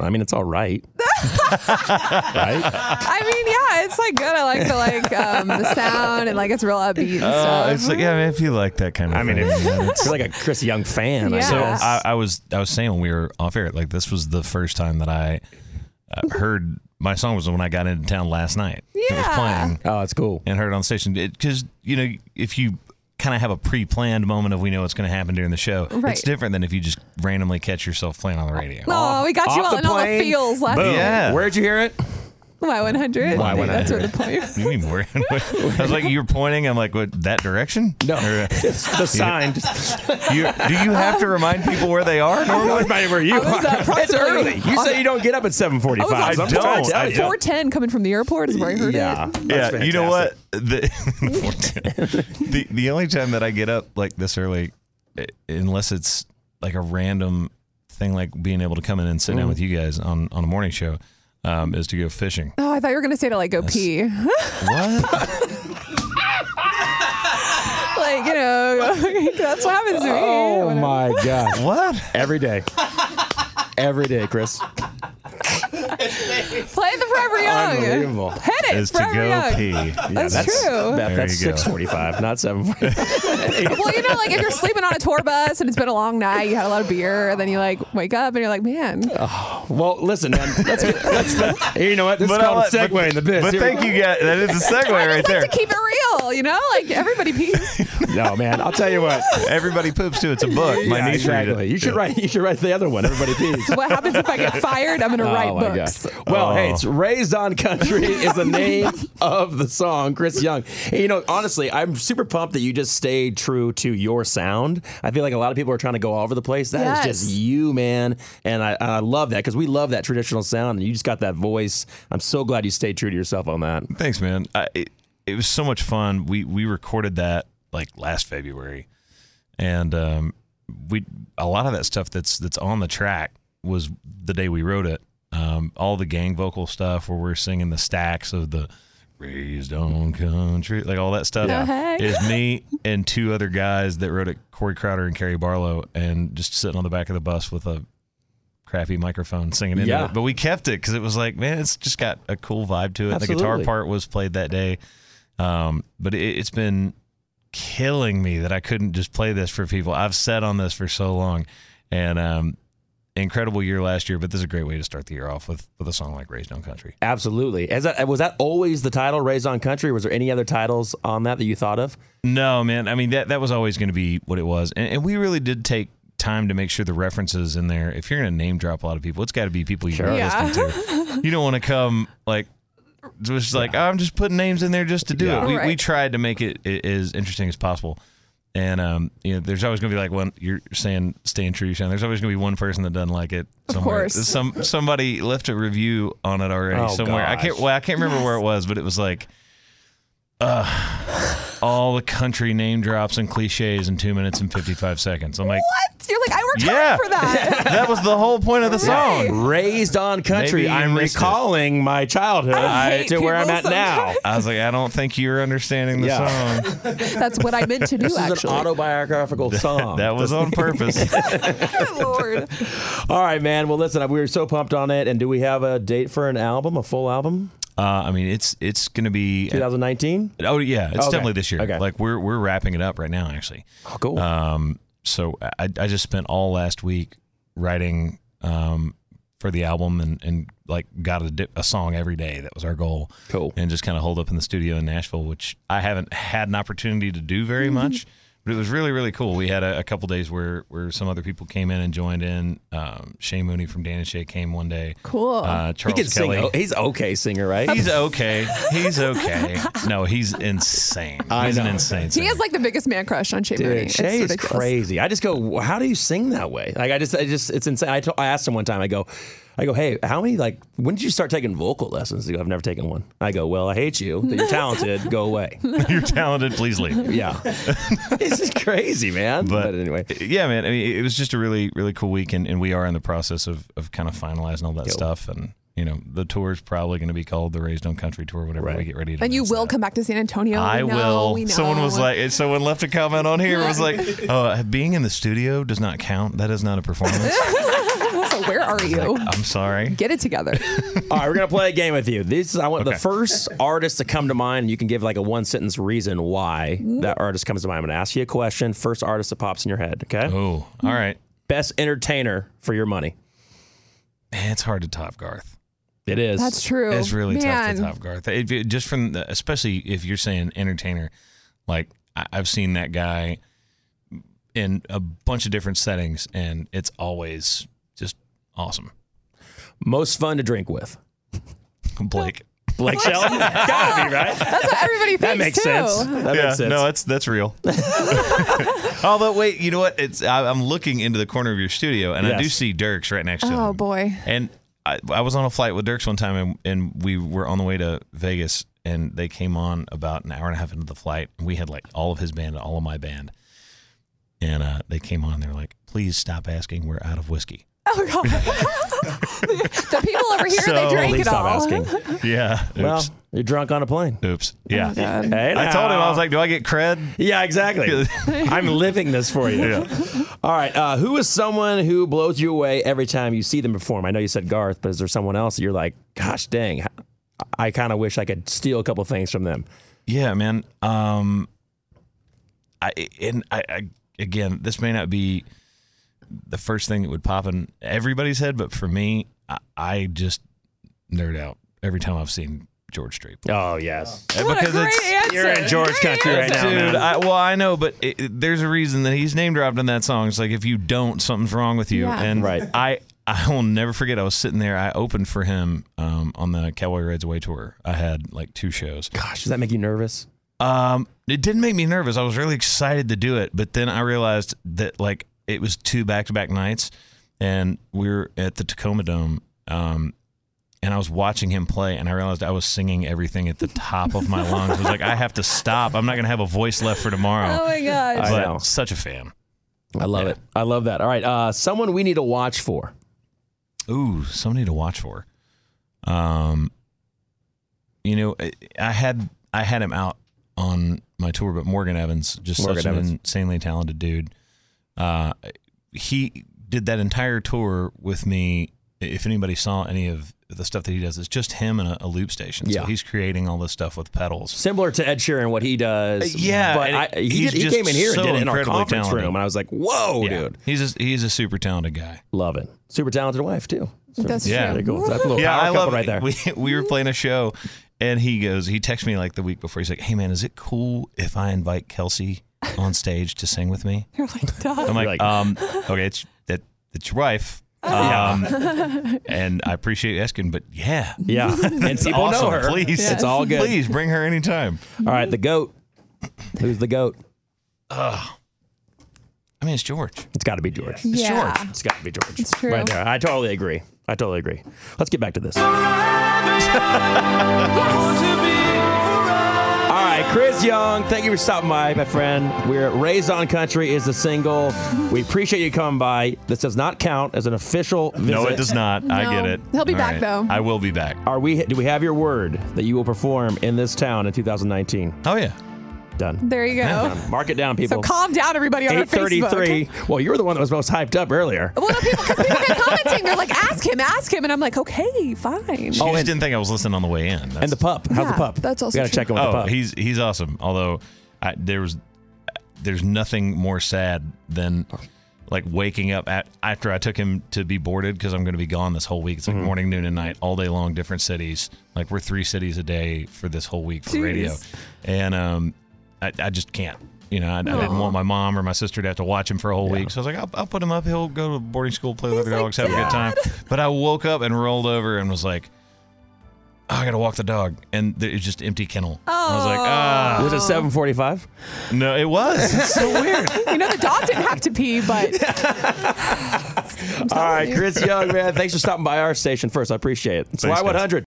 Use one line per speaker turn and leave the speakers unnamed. I mean, it's all right. right?
I mean, yeah, it's like good. I like the like um, the sound and like it's real upbeat and
Uh,
stuff.
it's like yeah, I mean, if you like that kind of.
I mean,
thing,
if-
you know, it's-
You're like a Chris Young fan.
Yeah.
I
So
guess.
I, I was I was saying when we were off air, like this was the first time that I uh, heard my song was when I got into town last night. It was
Yeah.
playing
Oh, it's cool.
and heard it on the station because you know if you kind of have a pre-planned moment of we know what's going to happen during the show, it's
Right.
different than if you just randomly catch yourself playing on the radio.
No, we got you
Off
all
the
in all the
plane,
feels last
Boom.
night.
Yeah.
Where'd you hear it?
Y one hundred.
Y100.
That's where the point.
What do you mean? Where? I was like, you were pointing. I'm like, what? That direction?
No.
Or, uh,
the sign. Just,
you, do you have to remind people where they are? Normally?
everybody where you
I was, uh,
are. It's
approximately-
early. You
on-
say you don't get up at 7:45. I'm
I was on
trying to
don't.
tell
I
you.
don't.
Four ten coming from the airport is where I heard
Yeah.
it.
that's
yeah, you know what?
fantastic.
The, the the only time that I get up like this early, i- unless it's like a random thing, like being able to come in and sit
Mm-hmm.
down with you guys on on a morning show, um, is to go fishing.
Oh, I thought you were gonna say to like go pee,
What?
like you know. that's what happens to me.
Oh
Whatever.
my god.
what?
Every day. Every day, Chris.
Oh, Play the Forever Young.
Unbelievable.
Hit it,
Is to
Forever
go
Young.
pee.
That's true.
That,
There
that's
you go.
6:45, not 7:45.
Well, you know, like if you're sleeping on a tour bus and it's been a long night, you had a lot of beer, and then you like wake up and you're like, man,
well, listen, man. Let's, get- let's, let's, you know what? This is
I'll
called a segue
let- but-
in the biz.
But
Here we
thank
go.
you, guys. That is a segue right
it's like
there.
to keep it real, you know, like everybody pees.
No, man. I'll tell you what.
Everybody poops too. It's a book. My
Yeah,
niece read it.
exactly. You should write. You should write the other one. Everybody pees.
what happens if I get fired? I'm
Oh
gonna write books.
gosh. Well, hey, it's Raised on Country is the name of the song, Chris Young. And, you know, honestly, I'm super pumped that you just stayed true to your sound. I feel like a lot of people are trying to go all over the place. That is
Yes.
just you, man. And I, and I love that because we love that traditional sound and you just got that voice. I'm so glad you stayed true to yourself on that.
Thanks, man. I, it, it was so much fun. We we recorded that like last February, and um, we a lot of that stuff that's that's on the track was the day we wrote it. Um, all the gang vocal stuff where we're singing the stacks of the raised on country, like all that stuff
Yeah. Oh, hey.
is me and two other guys that wrote it, Corey Crowder and Carrie Barlow, and just sitting on the back of the bus with a crappy microphone singing into
Yeah.
it. But we kept it because it was like, man, it's just got a cool vibe to it. The guitar
Absolutely.
part was played that day. Um, but it, it's been killing me that I couldn't just play this for people. I've sat on this for so long, and um, incredible year last year. But this is a great way to start the year off with with a song like "Raised on Country."
Absolutely. As that, was that always the title, Raised on Country? Was there any other titles on that that you thought of?
No, man. I mean that that was always going to be what it was, and, and we really did take time to make sure the references in there. If you're going to name drop a lot of people, it's got to be people you
Sure.
are
Yeah.
listening to. You don't want to come like just like "Oh, I'm just putting names in there just to do
Yeah.
it. We, we
Right.
tried to make it i- as interesting as possible. And um, you know, there's always gonna be like one. You're saying staying true, Sean. There's always gonna be one person that doesn't like it. Somewhere.
course.
some somebody left a review on it already
Oh,
somewhere. I can't.
gosh.
Well, I can't remember where it was, but it was like, uh, all the country name drops and cliches in two minutes and fifty five seconds. I'm like,
What? You're like, I worked
Yeah.
hard for that.
that was the whole point of the
Right.
song.
Oh, Raised on Country.
Maybe you
I'm
missed it.
recalling my childhood
I hate
to where I'm
people
at now.
sometimes.
I was like, I don't think you're understanding the
Yeah.
song.
That's what I meant to do.
This is
actually,
an autobiographical song.
That was on purpose.
Good lord.
All right, man. Well, listen, we were so pumped on it. And do we have a date for an album, a full album?
Uh, I mean, it's it's gonna be
2019?
Oh yeah, it's
Okay.
definitely this year.
Okay.
Like we're we're wrapping it up right now, actually.
Oh, cool.
Um, so I, I just spent all last week writing um, for the album and, and like got a, di- a song every day. That was our goal.
Cool.
And just kind of hold up in the studio in Nashville, which I haven't had an opportunity to do
Mm-hmm.
very much. But it was really, really cool. We had a, a couple days where, where some other people came in and joined in. Um, Shane Mooney from Dan and Shay came one day.
Cool.
Uh, Charles
he can
Kelly.
sing. Oh, he's okay singer, right?
He's okay. He's okay. No, he's insane.
I
he's an
know.
insane.
he
singer.
has like the biggest man crush on Shea Mooney.
Dude,
It's
Shay is
ridiculous.
crazy. I just go, how do you sing that way? Like, I just, I just, it's insane. I, to- I asked him one time, I go, I go, hey, how many, like, when did you start taking vocal lessons? He goes, I've never taken one. I go, well, I hate you, that you're talented, go away.
You're talented. Please leave.
Yeah. this is crazy, man. But, anyway.
Yeah, man. I mean, it was just a really, really cool week, and, and we are in the process of, of kind of finalizing all that stuff. And, you know, the tour is probably going to be called the Raised on Country Tour whenever
Right.
we get ready to
And you
announce
will
that.
come back to San Antonio.
I
we know,
will.
We know.
Someone was like, eh, someone left a comment on here. It was like, oh, being in the studio does not count. That is not a performance.
That's so Where are you?
I'm sorry.
Get it together.
All right, we're gonna play a game with you. This I want the
Okay.
first artist to come to mind. and You can give like a one sentence reason why that artist comes to mind. I'm gonna ask you a question. First artist that pops in your head. Okay.
Oh, all right.
Best entertainer for your money.
Man, it's hard to top Garth.
It is.
That's true.
It's really
Man.
tough to top Garth. If you- just from the, especially if you're saying entertainer, like I, I've seen that guy in a bunch of different settings, and it's always just awesome.
Most fun to drink with.
Blake.
Blake Shelton. Gotta be right.
That's what everybody thinks
That makes
too.
sense. That makes sense.
no, that's that's real. Although, wait, you know what? It's I, I'm looking into the corner of your studio, and I do
Yes.
see Dirks right next to him.
Oh boy.
And I, I was on a flight with Dirks one time, and, and we were on the way to Vegas, and they came on about an hour and a half into the flight, and we had like all of his band and all of my band, and uh, they came on, and they were like, "Please stop asking, we're out of whiskey."
Oh god. the people over here
So-
they drank
Please
it
stop
all.
asking.
Yeah. Oops.
Well, you're drunk on a plane.
Oops. Yeah.
God.
Hey,
I told him
now.
I was like, "Do I get cred?"
Yeah, exactly. I'm living this for you. All right. Uh, who is someone who blows you away every time you see them perform? I know you said Garth, but is there someone else that you're like, gosh dang, I, I kind of wish I could steal a couple things from them?
Yeah, man. Um, I and I, I again, this may not be the first thing that would pop in everybody's head, but for me, I, I just nerd out every time I've seen George Strait. play.
Oh, yes.
What a
Because
great
it's-
answer.
you're in George
Great
country right
answer.
now, man.
Dude, I, well, I know, but it, it- there's a reason that he's name dropped in that song. It's like if you don't, something's wrong with you.
Yeah.
And
Right.
I, I will never forget. I was sitting there. I opened for him um, on the Cowboy Reds Away tour. I had like two shows.
Gosh, does that make you nervous?
Um, it didn't make me nervous. I was really excited to do it, but then I realized that like it was two back to back nights, and we were at the Tacoma Dome. Um, and I was watching him play, and I realized I was singing everything at the top of my lungs. I was like, I have to stop. I'm not gonna have a voice left for
Oh
tomorrow.
my
I
gosh.
but
know.
such a fan.
I love it. I love that. All right. Uh, someone we need to watch for.
Ooh, somebody to watch for. Um, you know, I- I had I had him out on my tour, but Morgan Evans, just
Morgan
such
Evans.
an insanely talented dude. Uh, he did that entire tour with me. If anybody saw any of the stuff that he does, it's just him and a, a loop station.
Yeah.
So he's creating all this stuff with pedals.
Similar to Ed Sheeran, what he does.
Uh, yeah,
But
and
I, he,
he's
did, he
just
came in here
so
and did it in our
incredibly
conference
talented.
room, and I was like, whoa,
Yeah.
dude.
He's a, he's a super talented guy.
Love it. Super talented wife, too. So
That's
Yeah.
Very
true.
cool. That's a little Oh, power couple right there.
We, we were playing a show, and he goes, he texted me like the week before. He's like, "Hey man, is it cool if I invite Kelsey on stage to sing with me?"
You're like, duh.
I'm like,
Like-
um, "Okay, it's that it's your wife." Um, and I appreciate you asking, but yeah,
yeah. And
It's
people know
awesome.
her.
Please,
It's all good.
Please bring her anytime.
All right, the goat. Who's the goat?
I mean, it's George.
It's got to be George.
yeah.
George.
It's got to be George.
It's true.
Right there. I totally agree. I totally agree. Let's get back to this. All right, Chris Young, thank you for stopping by, my friend. We're at Raised on Country is the single. We appreciate you coming by. This does not count as an official visit.
No, it does not. I
No.
get it.
He'll be
All
back, though.
I will be back.
Are we? Do we have your word that you will perform in this town in 2019?
Oh yeah.
Done.
There you go.
Done. Mark it down,
So
people.
calm down, everybody on our Facebook.
8:33. Well, you were the one that was most hyped up earlier.
Well, no, people, 'cause people kept commenting. They're like, ask him, ask him. And I'm like, okay, fine.
You just
Oh, and-
didn't think I was listening on the way in. That's-
And the pup. How's the
Yeah,
pup?
that's
We
also
gotta
true.
check in with
oh,
the pup.
he's he's awesome. Although I, there was there's nothing more sad than like waking up at, after I took him to be boarded because I'm going to be gone this whole week. It's like morning, noon, and night, all day long, different cities. Like we're three cities a day for this whole week for
Jeez.
radio, and um, I, I just can't. You know, I, I didn't want my mom or my sister to have to watch him for a whole week. So I was like, I'll, I'll put him up. He'll go to boarding school, play with other
like,
dogs, have a good time. But I woke up and rolled over and was like, oh, I got to walk the dog. And there- it was just empty kennel. I was like,
Oh.
ah.
Was it 745?
No, it was. It's so weird.
You know, the dog didn't have to pee, but
All right, Chris Young, man. Thanks for stopping by our station first. I appreciate it. It's
Thanks,
Y100.